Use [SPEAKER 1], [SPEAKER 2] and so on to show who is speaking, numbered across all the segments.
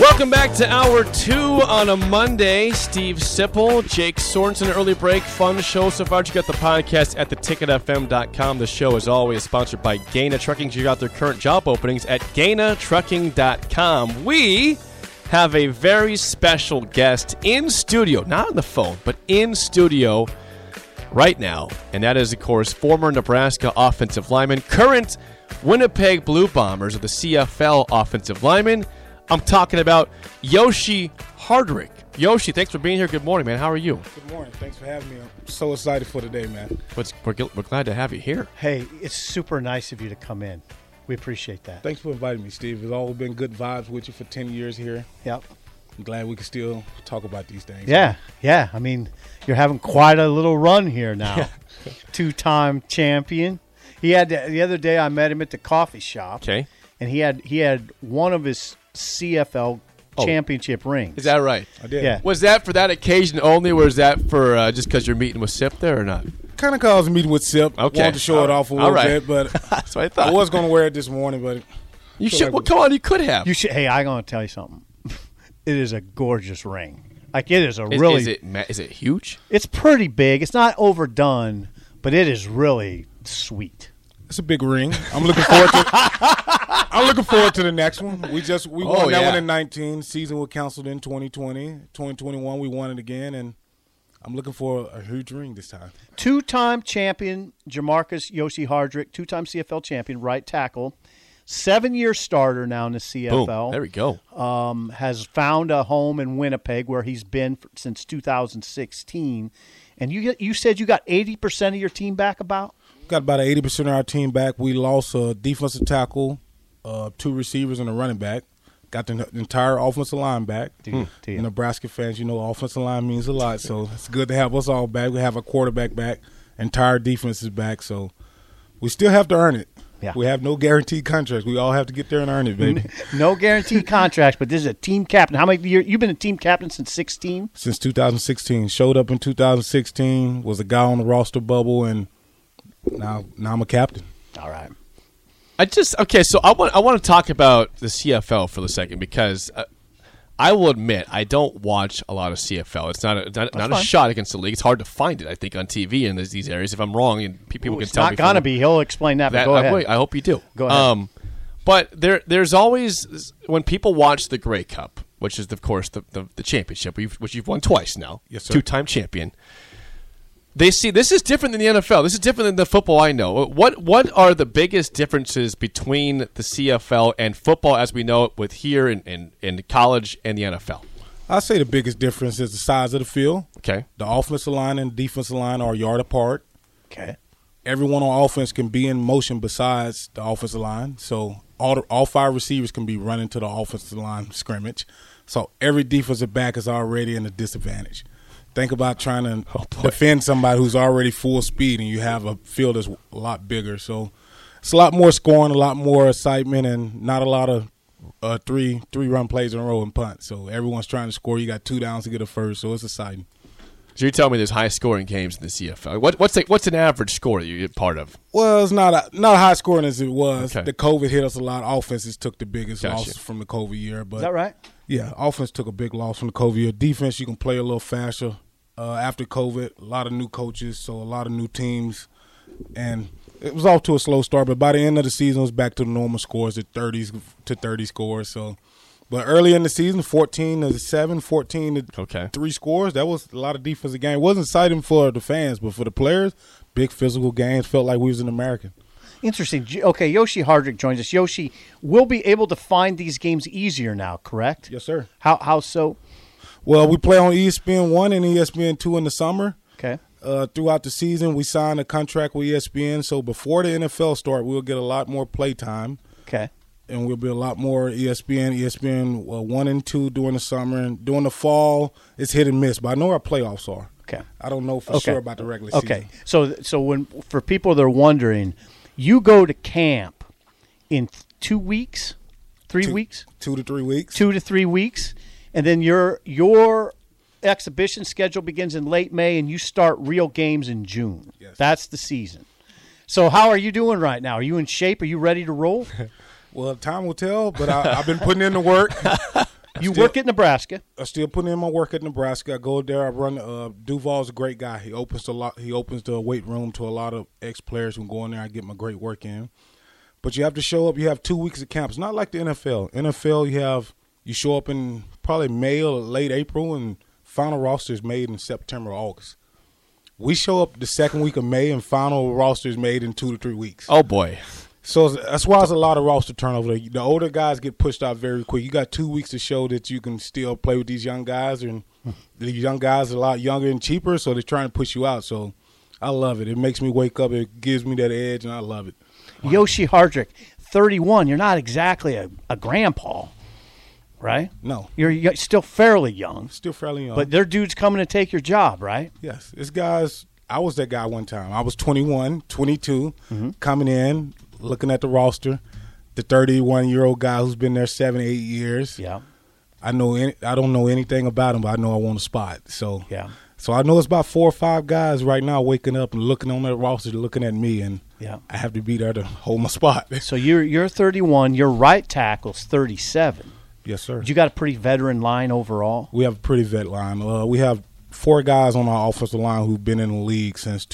[SPEAKER 1] Welcome back to hour two on a Monday. Steve Sipple, Jake Sorensen, early break, fun show so far. You got the podcast at theticketfm.com. The show, is always, sponsored by Gaina Trucking. Check out their current job openings at GainaTrucking.com. We have a very special guest in studio, not on the phone, but in studio right now, and that is, of course, former Nebraska offensive lineman, current Winnipeg Blue Bombers of the CFL offensive lineman. I'm talking about Yoshi Hardrick. Yoshi, thanks for being here. Good morning, man. How are you?
[SPEAKER 2] Good morning. Thanks for having me. I'm so excited for today, man.
[SPEAKER 1] What's, we're, gl- we're glad to have you here.
[SPEAKER 3] Hey, it's super nice of you to come in. We appreciate that.
[SPEAKER 2] Thanks for inviting me, Steve. It's all been good vibes with you for 10 years here.
[SPEAKER 3] Yep.
[SPEAKER 2] I'm glad we can still talk about these things.
[SPEAKER 3] Yeah, yeah. I mean, you're having quite a little run here now. Two-time champion. He had the other day. I met him at the coffee shop.
[SPEAKER 1] Okay.
[SPEAKER 3] And he had he had one of his CFL championship rings.
[SPEAKER 1] Oh. Is that right?
[SPEAKER 2] I did.
[SPEAKER 3] Yeah.
[SPEAKER 1] Was that for that occasion only, or is that for uh, just because you're meeting with Sip there or not?
[SPEAKER 2] Kind of caused a meeting with Sip.
[SPEAKER 1] Okay.
[SPEAKER 2] Wanted to show it off a
[SPEAKER 1] All
[SPEAKER 2] little
[SPEAKER 1] right.
[SPEAKER 2] bit, but
[SPEAKER 1] That's what I thought.
[SPEAKER 2] I was going to wear it this morning, but
[SPEAKER 1] you should. Well, come on, you could have.
[SPEAKER 3] You should. Hey, I'm gonna tell you something. it is a gorgeous ring. Like it is a
[SPEAKER 1] is,
[SPEAKER 3] really.
[SPEAKER 1] Is it, ma- is it huge?
[SPEAKER 3] It's pretty big. It's not overdone, but it is really sweet.
[SPEAKER 2] it's a big ring. I'm looking forward to I'm looking forward to the next one. We just we
[SPEAKER 1] Oh,
[SPEAKER 2] won that
[SPEAKER 1] yeah.
[SPEAKER 2] one in 19. Season was canceled in 2020. 2021 we won it again and I'm looking for a huge ring this time.
[SPEAKER 3] Two-time champion Jamarcus Yoshi Hardrick, two-time CFL champion, right tackle, seven-year starter now in the
[SPEAKER 1] Boom.
[SPEAKER 3] CFL.
[SPEAKER 1] There we go.
[SPEAKER 3] um, has found a home in Winnipeg where he's been f since 2016. And you you said you got 80% of your team back about?
[SPEAKER 2] Got about eighty percent of our team back. We lost a defensive tackle, uh, two receivers, and a running back. Got the en- entire offensive line back.
[SPEAKER 3] Dude, dude.
[SPEAKER 2] Nebraska fans, you know, offensive line means a lot, so it's good to have us all back. We have a quarterback back, entire defense is back, so we still have to earn it.
[SPEAKER 3] Yeah.
[SPEAKER 2] We have no guaranteed contracts. We all have to get there and earn it, baby.
[SPEAKER 3] No guaranteed contracts, but this is a team captain. How many years? You've been a team captain since 16?
[SPEAKER 2] Since 2016, showed up in 2016, was a guy on the roster bubble, and now now I'm a captain.
[SPEAKER 3] All right.
[SPEAKER 1] I just okay. So I want I want to talk about the CFL for the second because uh, I will admit I don't watch a lot of CFL. It's not a, not, not a
[SPEAKER 3] fine.
[SPEAKER 1] shot against the league. It's hard to find it. I think on TV in these, these areas. If I'm wrong, and pe- people can
[SPEAKER 3] It's
[SPEAKER 1] tell me.
[SPEAKER 3] not
[SPEAKER 1] if
[SPEAKER 3] going to
[SPEAKER 1] I'm-
[SPEAKER 3] be. He'll explain that,
[SPEAKER 1] that-
[SPEAKER 3] but go
[SPEAKER 1] I,
[SPEAKER 3] ahead.
[SPEAKER 1] wait, I hope you do.
[SPEAKER 3] Go ahead.
[SPEAKER 1] Um, but there, there's always when people watch the Grey Cup, which is of course the the, the championship, we've- which you've won twice now.
[SPEAKER 2] Yes, sir.
[SPEAKER 1] Two time champion. They see this is different than the NFL. This is different than the football I know. What what are the biggest differences between the CFL and football as we know it with here in, in, in college and the NFL?
[SPEAKER 2] I say the biggest difference is the size of the field.
[SPEAKER 1] Okay.
[SPEAKER 2] The offensive line and defensive line are a yard apart.
[SPEAKER 3] okay.
[SPEAKER 2] Everyone on offense can be in motion besides the offensive line. So all the, all five receivers can be running to the offensive line scrimmage. So every defensive back is already in a disadvantage. Think about trying to defend somebody who's already full speed and you have a field that's a lot bigger. So it's a lot more scoring, a lot more excitement, and not a lot of uh, three three run plays in a row and punt. So everyone's trying to score. You got two downs to get a first, so it's exciting.
[SPEAKER 1] So you're telling me there's high scoring games in the CFL. What, what's the, what's an average score that you're part of?
[SPEAKER 2] Well, it's not a, not high scoring as it was.
[SPEAKER 1] Okay.
[SPEAKER 2] The COVID hit us a lot. Offenses took the biggest
[SPEAKER 1] Gotcha.
[SPEAKER 2] loss from the COVID year, but
[SPEAKER 3] Is that right?
[SPEAKER 2] yeah, offense took a big loss from the COVID year. Defense, you can play a little faster uh, after COVID. A lot of new coaches, so a lot of new teams, and it was off to a slow start. But by the end of the season, it was back to the normal scores, the thirties to thirty scores. So, but early in the season, fourteen to seven, 14 to
[SPEAKER 1] Okay.
[SPEAKER 2] three scores. That was a lot of defensive game. It wasn't exciting for the fans, but for the players, big physical games. Felt like we was in America.
[SPEAKER 3] Interesting. J- Okay, Yoshi Hardrick joins us. Yoshi, we'll be able to find these games easier now, correct?
[SPEAKER 2] Yes, sir.
[SPEAKER 3] How, how so?
[SPEAKER 2] E Well, we play on ESPN one and ESPN two in the summer.
[SPEAKER 3] Okay.
[SPEAKER 2] uh, throughout the season. We signed a contract with E ESPN, so before the NFL start, we'll get a lot more play time,
[SPEAKER 3] Okay.
[SPEAKER 2] and we'll be a lot more E ESPN. ESPN uh, one and two during the summer, and during the fall, it's hit and miss. But I know our playoffs are.
[SPEAKER 3] Okay.
[SPEAKER 2] I don't know for
[SPEAKER 3] Okay.
[SPEAKER 2] sure about the regular season.
[SPEAKER 3] Okay. So so when for people that are wondering, you go to camp in th- two weeks, three
[SPEAKER 2] Two-
[SPEAKER 3] weeks,
[SPEAKER 2] two to three weeks.
[SPEAKER 3] two to three weeks, and then your your exhibition schedule begins in late May, and you start real games in June.
[SPEAKER 2] Yes.
[SPEAKER 3] That's the season. So how are you doing right now? Are you in shape? Are you ready to roll?
[SPEAKER 2] Well, time will tell, but I, I've been putting in the work.
[SPEAKER 3] You
[SPEAKER 2] Still-
[SPEAKER 3] work at Nebraska.
[SPEAKER 2] I'm still putting in my work at Nebraska. I go there. I run. Uh, Duval's a great guy. He opens a lot. He opens the weight room to a lot of ex players who go in there. I get my great work in. But you have to show up. You have two weeks of camp. It's not like the NFL. NFL, you have you show up in probably May or late April, and final roster is made in September or August. We show up the second week of May, and final roster is made in two to three weeks.
[SPEAKER 1] Oh boy.
[SPEAKER 2] So it's- that's why it's a lot of roster turnover. The the older guys get pushed out very quick. You got two weeks to show that you can still play with these young guys, and the young guys are a lot younger and cheaper, so they're trying to push you out. So I love it. It makes me wake up. It gives me that edge, and I love it.
[SPEAKER 3] Yoshi Hardrick, 31. You're not exactly a, a grandpa, right?
[SPEAKER 2] No. uh-huh.
[SPEAKER 3] You're, y still fairly young,
[SPEAKER 2] Still fairly young,
[SPEAKER 3] but their dude's coming to take your job, right?
[SPEAKER 2] yes, this guys. I was that guy one time. I was 21, 22, coming in, looking at the roster, the 31 year old guy who's been there seven, eight years.
[SPEAKER 3] Yeah.
[SPEAKER 2] I know any, I don't know anything about him, but I know I want a spot. So
[SPEAKER 3] Yeah.
[SPEAKER 2] So I know it's about four or five guys right now waking up and looking on their roster, looking at me, and
[SPEAKER 3] Yeah.
[SPEAKER 2] I have to be there to hold my spot.
[SPEAKER 3] So you're you're 31. Your right tackle's 37.
[SPEAKER 2] yes, sir.
[SPEAKER 3] But You got a pretty veteran line overall.
[SPEAKER 2] we have a pretty vet line. Uh, we have four guys on our offensive line who've been in the league since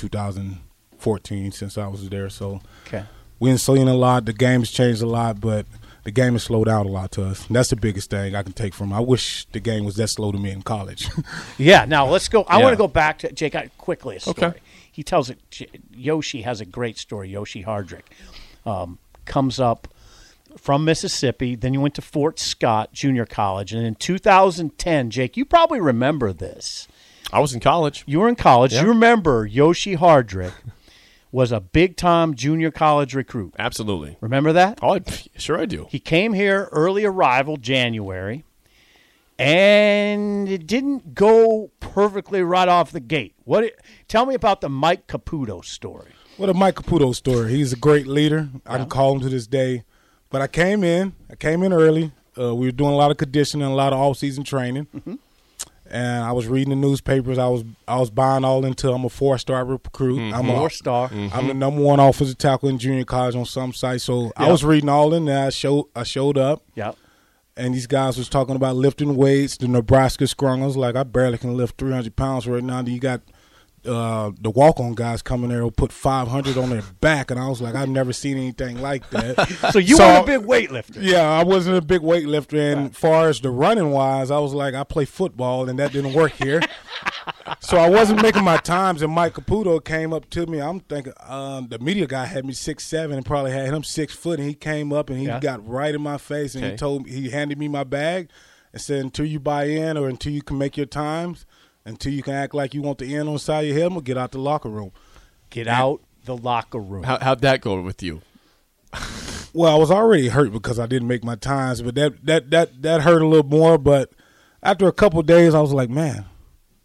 [SPEAKER 2] 2014, since I was there. So
[SPEAKER 3] Okay.
[SPEAKER 2] we ain't seen a lot. The game's changed a lot, but the game has slowed down a lot to us. And that's the biggest thing I can take from. it. I wish the game was that slow to me in college.
[SPEAKER 3] Yeah. Now let's go. I want
[SPEAKER 1] Yeah.
[SPEAKER 3] to go back to Jake I, quickly. A story.
[SPEAKER 1] Okay.
[SPEAKER 3] He tells it. J- Yoshi has a great story. Yoshi Hardrick um, comes up from Mississippi. Then you went to Fort Scott Junior College, and in 2010, Jake, you probably remember this.
[SPEAKER 1] I was in college.
[SPEAKER 3] You were in college.
[SPEAKER 1] Yeah.
[SPEAKER 3] You remember Yoshi Hardrick was a big time junior college recruit.
[SPEAKER 1] Absolutely.
[SPEAKER 3] Remember that?
[SPEAKER 1] Oh, I, sure I do.
[SPEAKER 3] He came here early arrival, January, and it didn't go perfectly right off the gate. What? It, tell me about the Mike Caputo story.
[SPEAKER 2] What a Mike Caputo story. He's a great leader. I can call him to this day. But I came in. I came in early. Uh, we were doing a lot of conditioning, a lot of off-season training, and I was reading the newspapers. I was I was buying all into. I'm a four-star recruit. I'm a
[SPEAKER 3] Four star.
[SPEAKER 2] I'm the number one offensive tackle in junior college on some sites. So I was reading all in there. I showed I showed up,
[SPEAKER 3] Yeah.
[SPEAKER 2] and these guys was talking about lifting weights. The Nebraska scrum. I was like, I barely can lift 300 pounds right now. You got uh, the walk on guys coming there will put 500 on their back, and I was like, I've never seen anything like that.
[SPEAKER 3] So you
[SPEAKER 2] So-
[SPEAKER 3] were a big weightlifter.
[SPEAKER 2] yeah, I wasn't a big weightlifter, and far as the running wise, I was like, I play football, and that didn't work here. so I wasn't making my times, and Mike Caputo came up to me. I'm thinking um, the media guy had me six seven, and probably had him six foot, and he came up and he
[SPEAKER 3] Yeah.
[SPEAKER 2] got right in my face, and
[SPEAKER 1] Okay.
[SPEAKER 2] he told me he handed me my bag and said, until you buy in or until you can make your times. Until you can act like you want the end on the side of your helmet, get out the locker room.
[SPEAKER 3] Get out the locker room.
[SPEAKER 1] How, how'd that go with you?
[SPEAKER 2] Well, I was already hurt because I didn't make my times, but that that that that hurt a little more. But after a couple of days, I was like, man,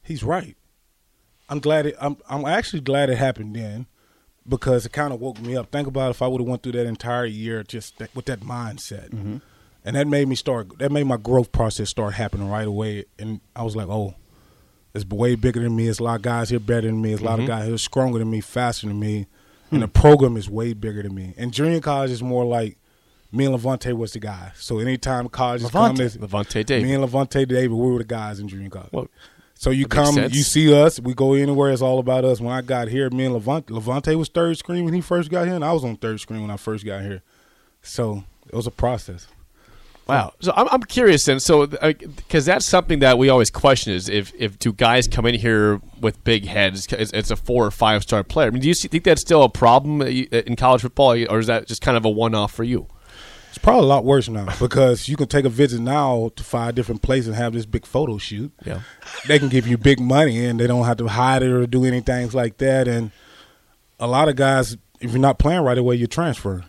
[SPEAKER 2] he's right. I'm glad it. I'm I'm actually glad it happened then, because it kind of woke me up. Think about if I would have went through that entire year just that, with that mindset, and that made me start. That made my growth process start happening right away, and I was like, oh. It's way bigger than me. It's a lot of guys here better than me. It's a lot of guys here stronger than me, faster than me. And the program is way bigger than me. And junior college is more like me and Levante was the guy. So anytime college is
[SPEAKER 3] Levante.
[SPEAKER 2] coming, it's-
[SPEAKER 1] Levante David.
[SPEAKER 2] Me and Levante David, we were the guys in junior college.
[SPEAKER 1] Well,
[SPEAKER 2] so you
[SPEAKER 1] that makes
[SPEAKER 2] come,
[SPEAKER 1] sense.
[SPEAKER 2] you see us, we go anywhere. It's all about us. When I got here, me and Levante, Levante was third screen when he first got here, and I was on third screen when I first got here. So it was a process.
[SPEAKER 1] Wow. So I'm, I'm curious then. So because that's something that we always question is if if do guys come in here with big heads? 'cause It's, it's a four or five star uh, player. I mean, do you see- think that's still a problem that you- in college football, or is that just kind of a one off for you?
[SPEAKER 2] It's probably a lot worse now because you can take a visit now to five different places and have this big photo shoot.
[SPEAKER 1] Yeah.
[SPEAKER 2] They can give you big money and they don't have to hide it or do any things like that. And a lot of guys, if you're not playing right away, you transfer.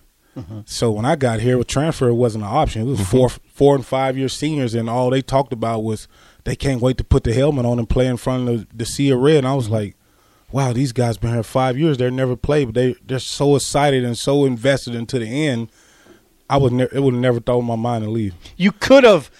[SPEAKER 2] So when I got here, transfer wasn't an option. It was four, four and five year seniors, and all they talked about was they can't wait to put the helmet on and play in front of the, the sea of red. And I was like, wow, these guys been here five years. They've never played, but they they're so excited and so invested into the end. I would ne- it would never throw my mind to leave.
[SPEAKER 3] You could have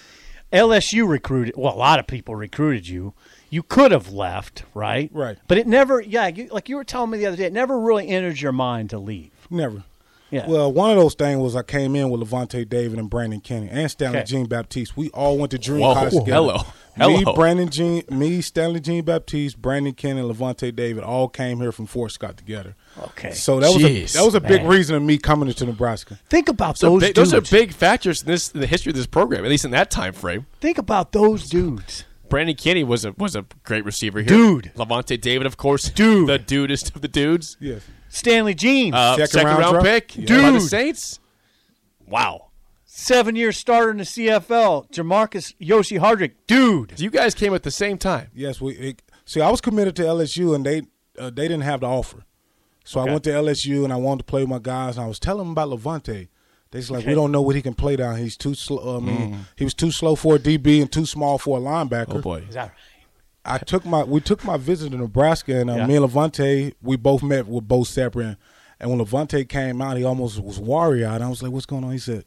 [SPEAKER 3] LSU recruited. Well, a lot of people recruited you. You could have left, right?
[SPEAKER 2] Right.
[SPEAKER 3] But it never. Yeah, you, like you were telling me the other day, it never really entered your mind to leave.
[SPEAKER 2] Never.
[SPEAKER 3] Yeah.
[SPEAKER 2] Well, one of those things was I came in with Levante David and Brandon Kenny and Stanley
[SPEAKER 3] Okay.
[SPEAKER 2] Jean Baptiste. We all went to junior
[SPEAKER 1] Whoa,
[SPEAKER 2] college together.
[SPEAKER 1] hello,
[SPEAKER 2] Me,
[SPEAKER 1] hello.
[SPEAKER 2] Brandon Jean, me, Stanley Jean Baptiste, Brandon Kenny, and Levante David all came here from Fort Scott together.
[SPEAKER 3] Okay.
[SPEAKER 2] So that was a,
[SPEAKER 1] Jeez,
[SPEAKER 2] that was a big
[SPEAKER 3] man.
[SPEAKER 2] reason of me coming into Nebraska.
[SPEAKER 3] Think about
[SPEAKER 1] So
[SPEAKER 3] those.
[SPEAKER 1] big,
[SPEAKER 3] dudes.
[SPEAKER 1] those are big factors in this in the history of this program, at least in that time frame.
[SPEAKER 3] Think about those dudes.
[SPEAKER 1] Brandon Kenny was a was a great receiver here.
[SPEAKER 3] Dude.
[SPEAKER 1] Levante David, of course,
[SPEAKER 3] Dude.
[SPEAKER 1] the dudest of the dudes.
[SPEAKER 2] Yes.
[SPEAKER 3] Stanley Jeans,
[SPEAKER 1] Uh,
[SPEAKER 2] Second
[SPEAKER 1] second,
[SPEAKER 2] round
[SPEAKER 1] round,
[SPEAKER 2] draft?
[SPEAKER 1] pick,
[SPEAKER 2] Yeah.
[SPEAKER 1] by the
[SPEAKER 3] Dude.
[SPEAKER 1] Saints. Wow,
[SPEAKER 3] seven-year starter in the CFL. Jamarcus Yoshi Hardrick, dude.
[SPEAKER 1] you guys came at the same time.
[SPEAKER 2] Yes, we it, see. I was committed to LSU, and they uh, they didn't have the offer, so I went to LSU, and I wanted to play with my guys. And I was telling them about Levante. They just like we don't know what he can play down. He's too slow. I mean, he was too slow for a DB and too small for a linebacker.
[SPEAKER 1] Mm-hmm. Oh boy,
[SPEAKER 3] Is that right?
[SPEAKER 2] I took my we took my visit to Nebraska, and uh,
[SPEAKER 3] Yeah.
[SPEAKER 2] me and Levante we both met with Bo Seprin. And when Levante came out, he almost was warrior. And I was like, "What's going on?" He said,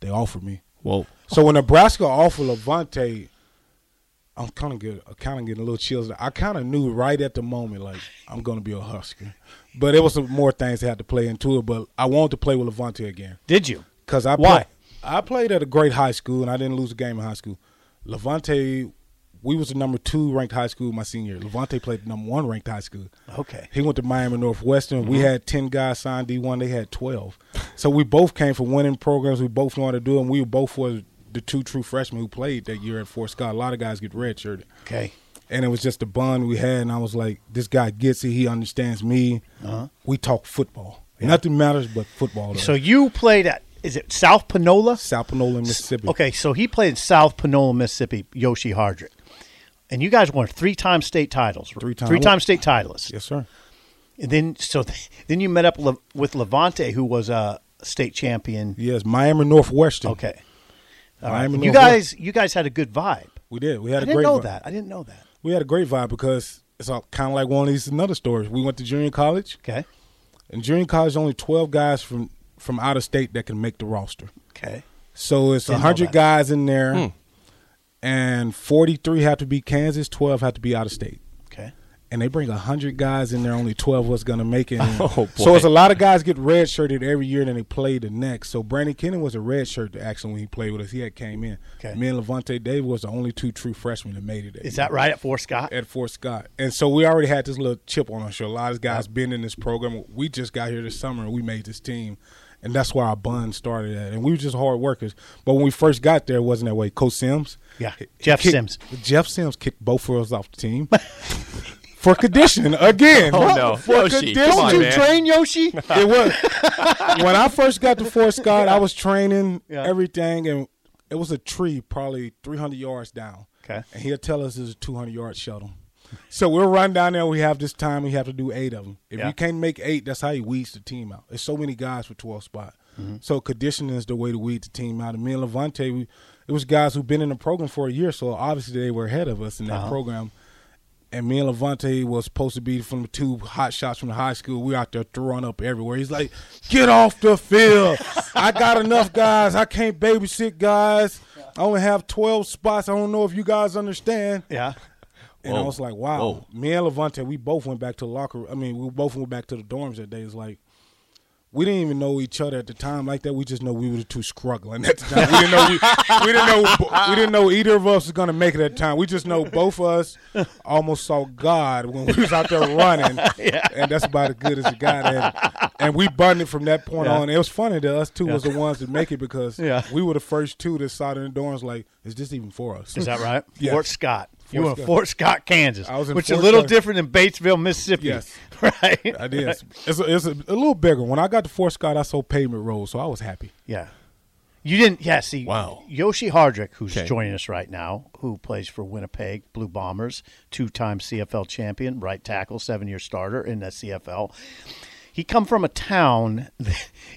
[SPEAKER 2] "They offered me."
[SPEAKER 1] whoa.
[SPEAKER 2] So when Nebraska offered Levante, I'm kind of good. I'm kind of getting a little chills. I kind of knew right at the moment, like I'm going to be a Husker, but it was some more things that had to play into it. But I wanted to play with Levante again
[SPEAKER 3] Did you?
[SPEAKER 2] because I
[SPEAKER 3] Why?
[SPEAKER 2] play- I played at a great high school and I didn't lose a game in high school. Levante, we was the number two ranked high school my senior. year. Levante played the number one ranked high school.
[SPEAKER 3] Okay. Mm-hmm.
[SPEAKER 2] He went to Miami Northwestern. We had ten guys signed D one. They had twelve. So we both came from winning programs. We both know how to do, and we were both were the two true freshmen who played that year at Fort Scott. A lot of guys get redshirted,
[SPEAKER 3] Okay.
[SPEAKER 2] and it was just the bond we had. And I was like, this guy gets it. He understands me. We talk football. Nothing matters but football. to
[SPEAKER 3] Uh-huh. So
[SPEAKER 2] us.
[SPEAKER 3] you played at is it South Panola?
[SPEAKER 2] South Panola, Mississippi.
[SPEAKER 3] Okay, so he played in South Panola, Mississippi, Yoshi Hardrick. And you guys won three-time state titles.
[SPEAKER 2] Three-time.
[SPEAKER 3] Three-time state titleists.
[SPEAKER 2] Yes, sir.
[SPEAKER 3] And then so then you met up Le- with Levante who was a state champion.
[SPEAKER 2] Yes, Miami Northwestern.
[SPEAKER 3] Okay.
[SPEAKER 2] Miami
[SPEAKER 3] You
[SPEAKER 2] Northwestern.
[SPEAKER 3] guys you guys had a good vibe.
[SPEAKER 2] we did. We had
[SPEAKER 3] I
[SPEAKER 2] a
[SPEAKER 3] didn't
[SPEAKER 2] great
[SPEAKER 3] know
[SPEAKER 2] vibe.
[SPEAKER 3] that. I didn't know that.
[SPEAKER 2] We had a great vibe because it's all kind of like one of these another stories. We went to junior college,
[SPEAKER 3] Okay.
[SPEAKER 2] and junior college only twelve guys from from out of state that can make the roster.
[SPEAKER 3] Okay.
[SPEAKER 2] So it's
[SPEAKER 3] Didn't know
[SPEAKER 2] hundred
[SPEAKER 3] that. Hmm.
[SPEAKER 2] guys in there, and forty three have to be Kansas, twelve have to be out of state.
[SPEAKER 3] Okay.
[SPEAKER 2] and they bring 100 guys in there only 12 was going to make it in.
[SPEAKER 1] Oh, boy.
[SPEAKER 2] so it's a lot of guys get redshirted every year and then they play the next so brandon kennan was a redshirt actually when he played with us he had came in
[SPEAKER 3] Okay.
[SPEAKER 2] me and levante david was the only two true freshmen that made it that
[SPEAKER 3] Is
[SPEAKER 2] year
[SPEAKER 3] that right at Fort Scott?
[SPEAKER 2] at fort scott and so we already had this little chip on our shoulder a lot of guys been in this program we just got here this summer and we made this team and that's where our bond started at and we were just hard workers but when we first got there it wasn't that way coach sims
[SPEAKER 3] Yeah.
[SPEAKER 2] he- he
[SPEAKER 3] Jeff
[SPEAKER 2] kicked-
[SPEAKER 3] Sims.
[SPEAKER 2] Jeff Sims kicked both of us off the team for conditioning again.
[SPEAKER 1] Oh, no.
[SPEAKER 2] for
[SPEAKER 1] Yoshi,
[SPEAKER 2] conditioning.
[SPEAKER 1] come on,
[SPEAKER 2] Don't you
[SPEAKER 1] man.
[SPEAKER 2] train Yoshi? it was when I first got to Fort Scott. I was training
[SPEAKER 3] Yeah.
[SPEAKER 2] everything, and it was a tree probably 300 yards down.
[SPEAKER 3] Okay.
[SPEAKER 2] and he'll tell us it's a 200 yard shuttle. So we'll run down there. We have this time. We have to do eight of them. If
[SPEAKER 3] Yeah.
[SPEAKER 2] you can't make eight, that's how he weeds the team out. There's so many guys for 12 spot.
[SPEAKER 3] Mm-hmm.
[SPEAKER 2] So conditioning is the way to weed the team out. And me and Levante, we, it was guys who've been in the program for a year, so obviously they were ahead of us in that
[SPEAKER 3] Uh-huh.
[SPEAKER 2] program and me and Levante was supposed to be from the two hot shots from the high school. We out there throwing up everywhere. He's like, "Get off the field! I got enough guys. I can't babysit guys. I only have twelve spots. I don't know if you guys understand."
[SPEAKER 3] Yeah.
[SPEAKER 2] And I
[SPEAKER 3] Oh,
[SPEAKER 1] Whoa.
[SPEAKER 2] was like, "Wow!"
[SPEAKER 1] Whoa.
[SPEAKER 2] Me and Levante, we both went back to the locker. I mean, we both went back to the dorms that day. It's like. We didn't even know each other at the time like that. We just know we were the two struggling at the time. We didn't know we, we didn't know we didn't know either of us was gonna make it at the time. We just know both of us almost saw God when we was out there running, and that's about as good as it got. And, and we bonded from that point on. It was funny that us two was the ones that make it because
[SPEAKER 3] Yeah.
[SPEAKER 2] we were the first two that saw it in the dorms. Like, is this even for us?
[SPEAKER 3] Is that right?
[SPEAKER 2] Yes.
[SPEAKER 3] Fort Scott. you
[SPEAKER 2] Fort
[SPEAKER 3] were in
[SPEAKER 2] Scott.
[SPEAKER 3] Fort Scott, Kansas,
[SPEAKER 2] I was in
[SPEAKER 3] which is a
[SPEAKER 2] Fort
[SPEAKER 3] little
[SPEAKER 2] Scott.
[SPEAKER 3] different than Batesville, Mississippi.
[SPEAKER 2] Yes.
[SPEAKER 3] Right?
[SPEAKER 2] I did. It's, a, it's a, a little bigger. When I got to Fort Scott, I saw pavement roads, so I was happy.
[SPEAKER 3] Yeah. You didn't, yeah. See,
[SPEAKER 1] Wow.
[SPEAKER 3] Yoshi Hardrick, who's
[SPEAKER 1] Okay.
[SPEAKER 3] joining us right now, who plays for Winnipeg Blue Bombers, two-time CFL champion, right tackle, seven-year starter in the CFL. He come from a town.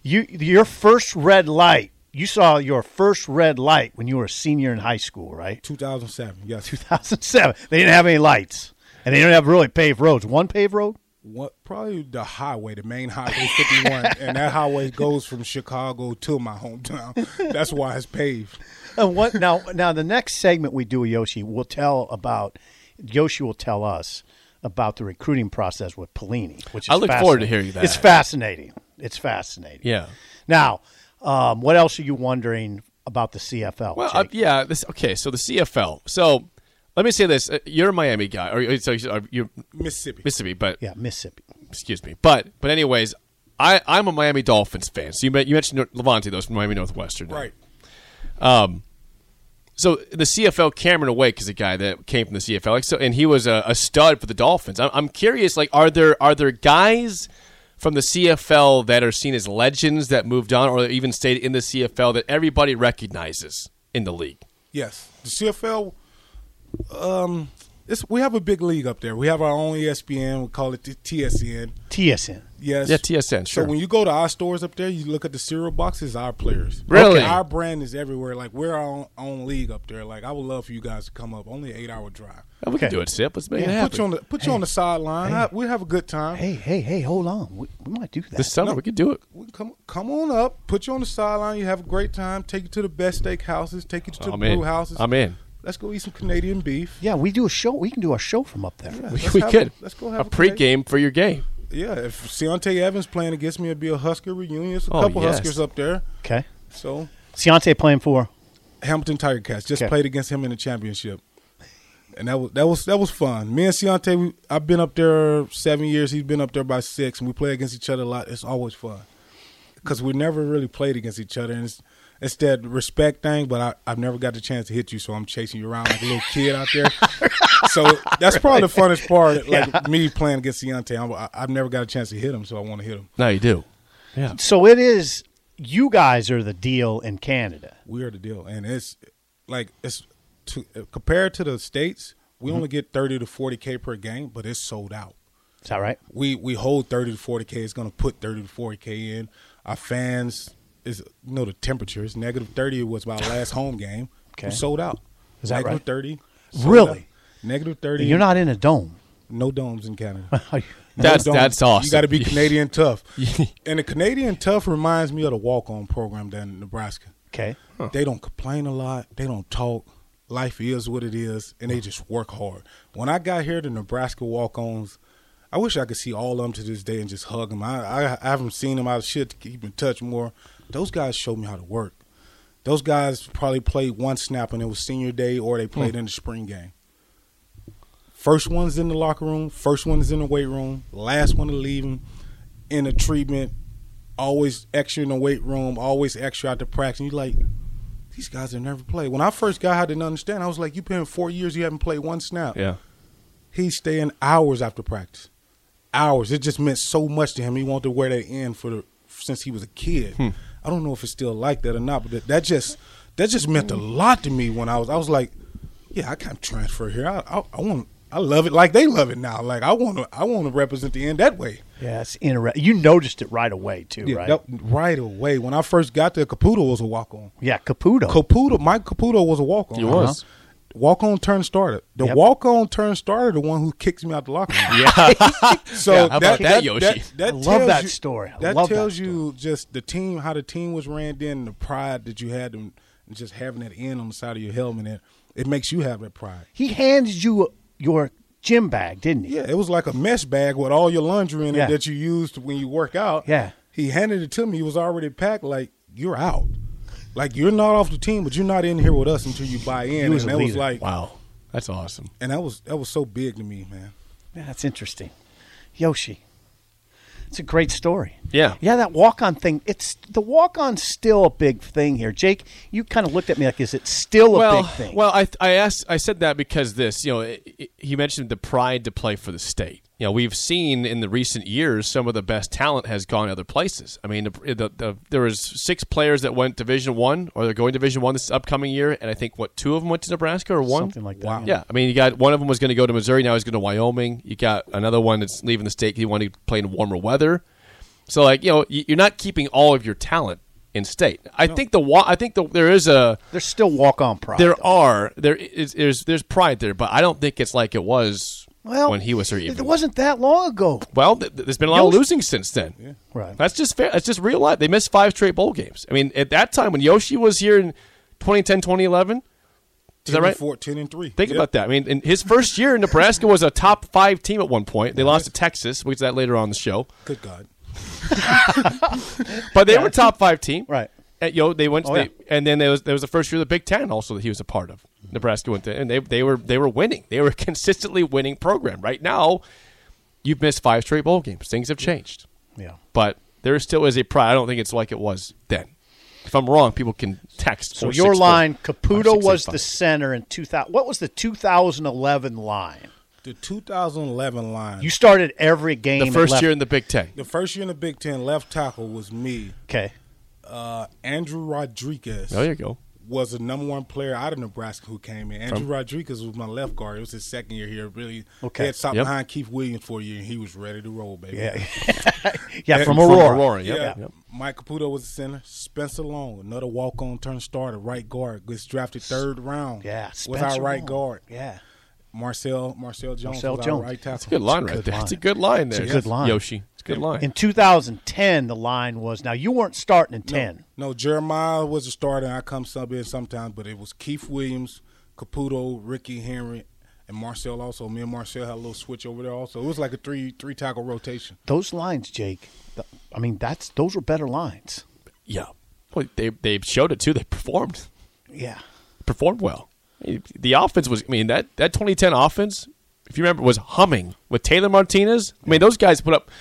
[SPEAKER 3] You, your first red light. You saw your first red light when you were a senior in high school, right?
[SPEAKER 2] 2007. Yes.
[SPEAKER 3] 2007. They didn't have any lights, and they didn't have really paved roads. One paved road.
[SPEAKER 2] What, probably the highway, the main highway 51. and that highway goes from Chicago to my hometown. That's why it's paved.
[SPEAKER 3] And what Uh, now? Now the next segment we do with Yoshi will tell about Yoshi will tell us about the recruiting process with Pelini, which is
[SPEAKER 1] I look forward to
[SPEAKER 3] fascinating.
[SPEAKER 1] hearing that.
[SPEAKER 3] It's fascinating. It's fascinating.
[SPEAKER 1] Yeah.
[SPEAKER 3] Now, um, what else are you wondering about the CFL?
[SPEAKER 1] Well, uh,
[SPEAKER 3] Jake?
[SPEAKER 1] yeah. This okay. So the CFL. So let me say this: Uh, you're a Miami guy, or so you're- you're
[SPEAKER 2] Mississippi.
[SPEAKER 1] Mississippi, but
[SPEAKER 3] yeah, Mississippi.
[SPEAKER 1] excuse me. But but anyways, I I'm a Miami Dolphins fan. So you men- you mentioned Levante, those from Miami Northwestern,
[SPEAKER 2] Right.
[SPEAKER 1] So the CFL, Cameron Awake is a guy that came from the CFL, like, so, and he was a, a stud for the Dolphins. I'm, I'm curious, like, are there are there guys from the CFL that are seen as legends that moved on, or even stayed in the CFL that everybody recognizes in the league?
[SPEAKER 2] Yes, the CFL. Um, it's we have a big league up there. We have our own E ESPN. We call it the TSN.
[SPEAKER 3] TSN.
[SPEAKER 2] Yes.
[SPEAKER 1] Yeah, TSN. Sure.
[SPEAKER 2] So when you go to our stores up there, you look at the cereal boxes. Our players.
[SPEAKER 1] Really?
[SPEAKER 2] Okay, Our brand is everywhere. Like we're our own, own league up there. Like I would love for you guys to come up. Only an eight hour drive.
[SPEAKER 1] we can
[SPEAKER 3] okay.
[SPEAKER 1] do it, Sip. Let's make it
[SPEAKER 2] Put you
[SPEAKER 1] happen.
[SPEAKER 2] on the put you on the sideline. I- We'll have a good time.
[SPEAKER 3] Hey, hey, hey! Hold on. We, we might do that.
[SPEAKER 1] This summer, we could do it.
[SPEAKER 2] We come come on up. Put you on the sideline. You have a great time. Take you to the best steak houses. Take you to the
[SPEAKER 1] I'm
[SPEAKER 2] brew
[SPEAKER 1] in.
[SPEAKER 2] houses.
[SPEAKER 1] I'm in.
[SPEAKER 2] Let's go eat some Canadian beef.
[SPEAKER 3] yeah, we do a show. We can do a show from up there.
[SPEAKER 1] We,
[SPEAKER 2] Let's
[SPEAKER 1] we
[SPEAKER 2] have a-
[SPEAKER 1] could.
[SPEAKER 2] let's go have
[SPEAKER 1] a
[SPEAKER 2] a great-
[SPEAKER 1] pregame for your game.
[SPEAKER 2] Yeah, if Seante Evans playing against me, it'd be a Husker reunion. It's a
[SPEAKER 1] Oh,
[SPEAKER 2] couple
[SPEAKER 1] yes.
[SPEAKER 2] Huskers up there.
[SPEAKER 3] Okay.
[SPEAKER 2] So
[SPEAKER 3] Ciante playing for.
[SPEAKER 2] Hamilton Tiger Cats just
[SPEAKER 3] Okay.
[SPEAKER 2] played against him in the championship, and that was that was that was fun. Me and Seante, we, I've been up there seven years. He's been up there by six, and we play against each other a lot. It's always fun because we never really played against each other, and it's it's that respect thing. But I, I've never got the chance to hit you, so I'm chasing you around like a little kid out there. so that's probably the funnest part. Like me playing against Seante, I'm, I, I've never got a chance to hit him, so I want to hit him.
[SPEAKER 1] No, you do.
[SPEAKER 3] So it is. You guys are the deal in Canada.
[SPEAKER 2] we are the deal, and it's like it's to, compared to the states,
[SPEAKER 3] Mm-hmm.
[SPEAKER 2] we only get thirty to forty k per game, but it's sold out.
[SPEAKER 3] Is that right?
[SPEAKER 2] We we hold thirty to forty k. It's gonna put thirty to forty k in. Our fans is you know the temperature is negative thirty. was my last home game.
[SPEAKER 3] Okay.
[SPEAKER 2] we sold out.
[SPEAKER 3] Is that
[SPEAKER 2] Negative
[SPEAKER 3] right?
[SPEAKER 2] thirty? sold
[SPEAKER 3] Really?
[SPEAKER 2] out. Negative thirty.
[SPEAKER 3] You're not in a dome.
[SPEAKER 2] no domes in Canada. No
[SPEAKER 1] That's
[SPEAKER 2] domes.
[SPEAKER 1] that's awesome.
[SPEAKER 2] You got to be Canadian tough. and the Canadian tough reminds me of the walk on program down in Nebraska.
[SPEAKER 3] Okay.
[SPEAKER 2] They don't complain a lot. They don't talk. Life is what it is, and they just work hard. When I got here, the Nebraska walk-ons, I wish I could see all of them to this day and just hug them. I, I, I haven't seen them. I should keep in touch more. Those guys showed me how to work. Those guys probably played one snap, and it was senior day, or they played in the spring game. First one's in the locker room. First one is in the weight room. Last one to leave 'em in the treatment. Always extra in the weight room. Always extra out the practice. And you like, these guys have never played. When I first got, here, I didn't understand. I was like, you been four years, you haven't played one snap.
[SPEAKER 1] Yeah.
[SPEAKER 2] He's staying hours after practice. Hours. It just meant so much to him. He wanted to wear that in for the, since he was a kid. I don't know if it's still like that or not, but that, that just that just meant a lot to me when I was I was like, yeah, I can't transfer here. I I, I want I love it like they love it now. Like I want to I want to represent the end that way.
[SPEAKER 3] Yeah, it's interesting. You noticed it right away too,
[SPEAKER 2] Yeah,
[SPEAKER 3] right?
[SPEAKER 2] that- right away. When I first got there, Caputo was a walk on.
[SPEAKER 3] Yeah, Caputo.
[SPEAKER 2] Caputo, Mike Caputo was a walk on.
[SPEAKER 1] He was.
[SPEAKER 2] Walk on turn starter. The
[SPEAKER 3] Yep.
[SPEAKER 2] walk on turn starter, the one who kicks me out the locker room. Yeah. so
[SPEAKER 1] Yeah, how about that, Yoshi?
[SPEAKER 2] that
[SPEAKER 3] I love
[SPEAKER 2] tells
[SPEAKER 3] that
[SPEAKER 2] you-
[SPEAKER 3] story. I
[SPEAKER 2] that
[SPEAKER 3] love that
[SPEAKER 2] tells you just the team, how the team was ran then, the pride that you had, and just having that in on the side of your helmet. And it makes you have that pride.
[SPEAKER 3] He handed you your gym bag, didn't he?
[SPEAKER 2] Yeah, it was like a mesh bag with all your laundry in
[SPEAKER 3] Yeah.
[SPEAKER 2] it that you used when you work out.
[SPEAKER 3] Yeah.
[SPEAKER 2] He handed it to me. It was already packed. Like, you're out. Like, you're not off the team, but you're not in here with us until you buy in.
[SPEAKER 3] was
[SPEAKER 2] and
[SPEAKER 3] a
[SPEAKER 2] that was
[SPEAKER 3] leader.
[SPEAKER 2] like,
[SPEAKER 1] Wow. That's awesome.
[SPEAKER 2] and that was that was so big to me, man.
[SPEAKER 3] Yeah, that's interesting. Yoshi, it's a great story.
[SPEAKER 1] Yeah.
[SPEAKER 3] yeah. That walk-on thing. It's the walk-on's still a big thing here. Jake, you kind of looked at me like, is it still a
[SPEAKER 1] well,
[SPEAKER 3] big thing?
[SPEAKER 1] Well, I I asked I said that because this, you know, i i he mentioned the pride to play for the state. you know, we've seen in the recent years some of the best talent has gone other places. I mean, the, the, the, there was six players that went Division One or they're going Division One this upcoming year, and I think what two of them went to Nebraska or one
[SPEAKER 3] Something like that. Wow.
[SPEAKER 1] Yeah, I mean, you got one of them was going to go to Missouri, now he's going to Wyoming. You got another one that's leaving the state. He wanted to play in warmer weather. So like you know, y- you're not keeping all of your talent in state. I think the wa- I think the, there is a
[SPEAKER 3] There's still walk on pride.
[SPEAKER 1] there are there is there's there's pride there, but I don't think it's like it was
[SPEAKER 3] well,
[SPEAKER 1] when he was here.
[SPEAKER 3] It
[SPEAKER 1] Even.
[SPEAKER 3] wasn't that long ago.
[SPEAKER 1] well, th- th- there's been a lot of
[SPEAKER 3] Yost-
[SPEAKER 1] losing since then.
[SPEAKER 3] Right.
[SPEAKER 1] That's just fair. That's just real life. They missed five straight bowl games. I mean, at that time when Yoshi was here in 2010, 2011, is that right?
[SPEAKER 2] Four, 10 and three.
[SPEAKER 1] Think
[SPEAKER 2] Yep.
[SPEAKER 1] about that. I mean, in his first year in Nebraska was a top five team at one point. They lost to Texas. We'll get to that later on in the show.
[SPEAKER 2] Good God.
[SPEAKER 1] But they were top five team,
[SPEAKER 3] Right.
[SPEAKER 1] And, you know, they went, to
[SPEAKER 3] Oh,
[SPEAKER 1] the,
[SPEAKER 3] yeah.
[SPEAKER 1] and then there was there was the first year of the Big Ten also that he was a part of. Nebraska went there, and they they were they were winning. They were a consistently winning program. Right now, you've missed five straight bowl games. Things have changed,
[SPEAKER 3] Yeah.
[SPEAKER 1] but there still is a pride. I don't think it's like it was then. If I'm wrong, people can text.
[SPEAKER 3] So
[SPEAKER 1] 464
[SPEAKER 3] your line, Caputo was
[SPEAKER 1] 5685.
[SPEAKER 3] the center in 2000. What was the 2011 line?
[SPEAKER 2] The 2011 line.
[SPEAKER 3] You started every game.
[SPEAKER 1] the
[SPEAKER 3] at
[SPEAKER 1] first
[SPEAKER 3] left-
[SPEAKER 1] year in the Big Ten.
[SPEAKER 2] the first year in the Big Ten, left tackle was me.
[SPEAKER 3] Okay.
[SPEAKER 2] Uh, Andrew Rodriguez
[SPEAKER 1] There you go.
[SPEAKER 2] was the number one player out of Nebraska who came in. Andrew Rodriguez was my left guard. It was his second year here. Really,
[SPEAKER 3] Okay.
[SPEAKER 2] he had stopped
[SPEAKER 1] Yep.
[SPEAKER 2] behind Keith Williams for a year, and he was ready to roll, baby.
[SPEAKER 3] Yeah. yeah,
[SPEAKER 2] And
[SPEAKER 3] from
[SPEAKER 2] from
[SPEAKER 3] Aurora.
[SPEAKER 1] Aurora, yep.
[SPEAKER 2] Yeah.
[SPEAKER 1] Yep.
[SPEAKER 2] Mike Caputo was the center. Spencer Long, another walk on turn starter, right guard, gets drafted third round.
[SPEAKER 3] Yeah.
[SPEAKER 2] was
[SPEAKER 3] Spencer
[SPEAKER 2] our right
[SPEAKER 3] Long.
[SPEAKER 2] guard.
[SPEAKER 3] Yeah.
[SPEAKER 2] Marcel Marcel Jones
[SPEAKER 3] Marcel
[SPEAKER 2] was
[SPEAKER 3] Jones.
[SPEAKER 2] our right
[SPEAKER 1] It's
[SPEAKER 2] tackle.
[SPEAKER 1] a good line
[SPEAKER 3] It's a
[SPEAKER 1] right
[SPEAKER 3] good
[SPEAKER 1] there. It's a
[SPEAKER 3] line.
[SPEAKER 1] good line there.
[SPEAKER 3] a good line.
[SPEAKER 1] Yoshi. It's a good line.
[SPEAKER 3] In 2010, the line was now you weren't starting in 10.
[SPEAKER 2] No, Jeremiah was a starter. and I come sub in sometimes, but it was Keith Williams, Caputo, Ricky Henry, and Marcel. Also, me and Marcel had a little switch over there. Also, it was like a three three tackle rotation.
[SPEAKER 3] Those lines, Jake. th- I mean, that's those were better lines.
[SPEAKER 1] yeah. Well, they they showed it too. They performed.
[SPEAKER 3] Yeah.
[SPEAKER 1] performed well. The offense was, I mean, that, that 2010 offense, if you remember, was humming with Taylor Martinez. I mean, those guys put up,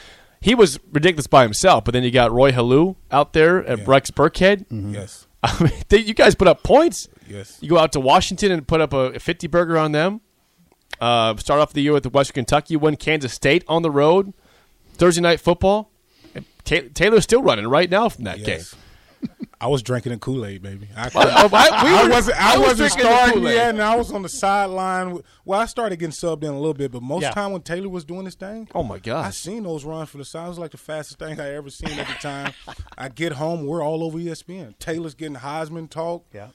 [SPEAKER 1] he was ridiculous by himself, but then you got Roy Halou out there at Rex Burkhead.
[SPEAKER 2] Yes,
[SPEAKER 1] I mean, they, you guys put up points.
[SPEAKER 2] Mm-hmm. yes.
[SPEAKER 1] You go out to Washington and put up a, 50 burger on them. Uh, start off the year with the Western Kentucky, win Kansas State on the road. Thursday night football. And Ta- Taylor's still running right now from that
[SPEAKER 2] yes.
[SPEAKER 1] game.
[SPEAKER 2] I was drinking a Kool Aid, baby. I,
[SPEAKER 1] Oh, I, we
[SPEAKER 2] I
[SPEAKER 1] were-
[SPEAKER 2] wasn't. I,
[SPEAKER 1] was
[SPEAKER 2] wasn't
[SPEAKER 1] drinking the
[SPEAKER 2] starting
[SPEAKER 1] Kool-Aid.
[SPEAKER 2] yet, and I was on the sideline. with- Well, I started getting subbed in a little bit, but most
[SPEAKER 3] Yeah.
[SPEAKER 2] time when Taylor was doing his thing,
[SPEAKER 1] Oh, my
[SPEAKER 2] I
[SPEAKER 1] gosh.
[SPEAKER 2] seen those runs for the side. It was like the fastest thing I ever seen at the time. I get home, we're all over E ESPN. Taylor's getting Heisman talk.
[SPEAKER 3] Yeah.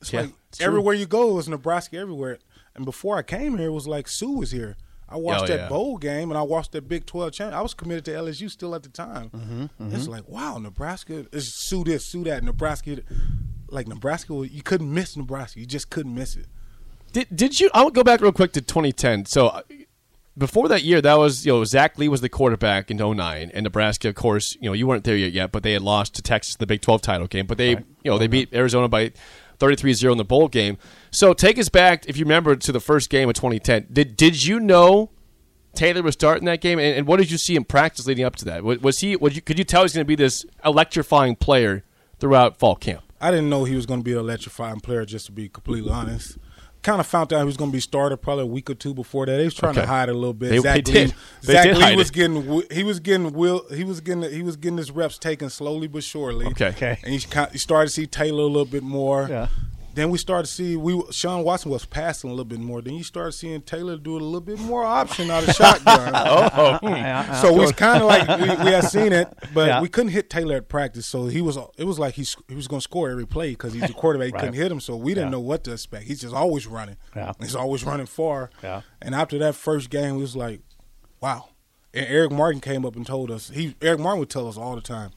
[SPEAKER 2] It's
[SPEAKER 1] Yeah,
[SPEAKER 2] like
[SPEAKER 1] it's true.
[SPEAKER 2] everywhere you go, it was Nebraska everywhere. And before I came here, it was like Sue was here. I watched
[SPEAKER 1] Oh,
[SPEAKER 2] that
[SPEAKER 1] yeah.
[SPEAKER 2] bowl game and I watched that Big Twelve champ. I was committed to LSU still at the time.
[SPEAKER 1] Mm-hmm,
[SPEAKER 2] It's like wow, Nebraska is Sue this, Sue that. Nebraska, like Nebraska, you couldn't miss Nebraska. You just couldn't miss it.
[SPEAKER 1] Did, did you? I'll go back real quick to 2010. So uh, before that year, that was you know Zach Lee was the quarterback in 09, and Nebraska, of course, you know you weren't there yet, yet but they had lost to Texas in the Big 12 title game, but they you know they beat Arizona by 33-0 in the bowl game. So take us back, if you remember, to the first game of 2010. Did did you know? Taylor was starting that game, and, and what did you see in practice leading up to that? Was, was he? Was you, could you tell he's going to be this electrifying player throughout fall camp?
[SPEAKER 2] I didn't know he was going to be an electrifying player. Just to be completely honest, kind of found out he was going to be starter probably a week or two before that. They was trying
[SPEAKER 1] Okay.
[SPEAKER 2] to hide it a little bit.
[SPEAKER 1] They-
[SPEAKER 2] Zach
[SPEAKER 1] they
[SPEAKER 2] Lee,
[SPEAKER 1] did. They
[SPEAKER 2] Zach
[SPEAKER 1] did
[SPEAKER 2] Lee
[SPEAKER 1] hide
[SPEAKER 2] was
[SPEAKER 1] it.
[SPEAKER 2] getting wi- he was getting will he was getting he was getting his reps taken slowly but surely.
[SPEAKER 1] Okay.
[SPEAKER 3] Okay.
[SPEAKER 2] and you, kind you started to see Taylor a little bit more.
[SPEAKER 3] Yeah.
[SPEAKER 2] Then we started to see we Sean Watson was passing a little bit more. Then you started seeing Taylor do a little bit more option out of shotgun.
[SPEAKER 1] Oh,
[SPEAKER 2] So it was kind of like we, we had seen it, but
[SPEAKER 3] Yeah.
[SPEAKER 2] we couldn't hit Taylor at practice. So he was it was like he sc- he was going to score every play because he's a quarterback. He couldn't hit him, so we didn't
[SPEAKER 3] Yeah.
[SPEAKER 2] know what to expect. He's just always running.
[SPEAKER 3] Yeah.
[SPEAKER 2] He's always running far.
[SPEAKER 3] Yeah.
[SPEAKER 2] And after that first game, we was like, wow. And Eric Martin came up and told us. He Eric Martin would tell us all the time.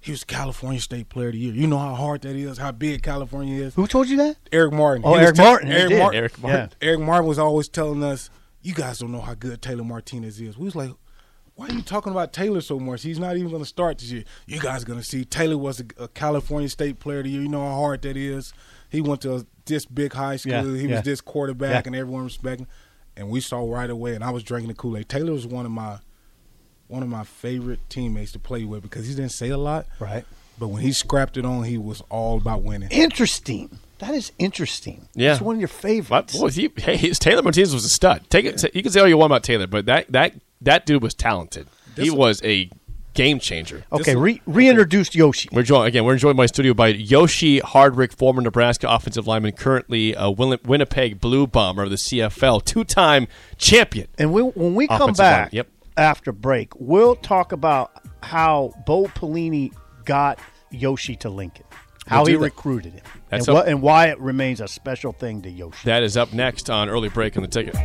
[SPEAKER 2] He was California State Player of the Year. You know how hard that is, how big California is.
[SPEAKER 3] Who told you that?
[SPEAKER 2] Eric Martin.
[SPEAKER 3] Oh,
[SPEAKER 2] He was
[SPEAKER 3] Eric
[SPEAKER 2] te-
[SPEAKER 3] Martin. He did.
[SPEAKER 1] Eric
[SPEAKER 3] Yeah.
[SPEAKER 1] Martin.
[SPEAKER 2] Eric Martin was always telling us, "You guys don't know how good Taylor Martinez is." We was like, "Why are you talking about Taylor so much? He's not even going to start this year. You guys going to see Taylor was a, a California State Player of the Year. You know how hard that is. He went to this big high school.
[SPEAKER 3] Yeah,
[SPEAKER 2] he
[SPEAKER 3] yeah.
[SPEAKER 2] was this quarterback,
[SPEAKER 3] Yeah.
[SPEAKER 2] and everyone respecting. And we saw right away. And I was drinking the Kool Aid. Taylor was one of my one of my favorite teammates to play with because he didn't say a lot,
[SPEAKER 3] Right.
[SPEAKER 2] But when he scrapped it on, he was all about winning.
[SPEAKER 3] Interesting. That is interesting.
[SPEAKER 1] Yeah.
[SPEAKER 3] It's one of your
[SPEAKER 1] But
[SPEAKER 3] favorites.
[SPEAKER 1] boy, he, hey, his Taylor Martinez was a stud. Take it. You can say all you want about Taylor, but that that that dude was talented. he was a game changer.
[SPEAKER 3] Okay, re- reintroduced Yoshi.
[SPEAKER 1] We're joined again. We're joined by studio by Yoshi Hardrick, former Nebraska offensive lineman, currently a Win- Winnipeg Blue Bomber of the CFL, two-time champion.
[SPEAKER 3] And we, when we come
[SPEAKER 1] Offensive line,
[SPEAKER 3] back
[SPEAKER 1] yep.
[SPEAKER 3] after break, we'll talk about how Bo Pelini got Yoshi to Lincoln, how
[SPEAKER 1] We'll do
[SPEAKER 3] he
[SPEAKER 1] that.
[SPEAKER 3] recruited him,
[SPEAKER 1] That's
[SPEAKER 3] and,
[SPEAKER 1] up-
[SPEAKER 3] what, and why it remains a special thing to Yoshi.
[SPEAKER 1] That is up next on early break on the ticket.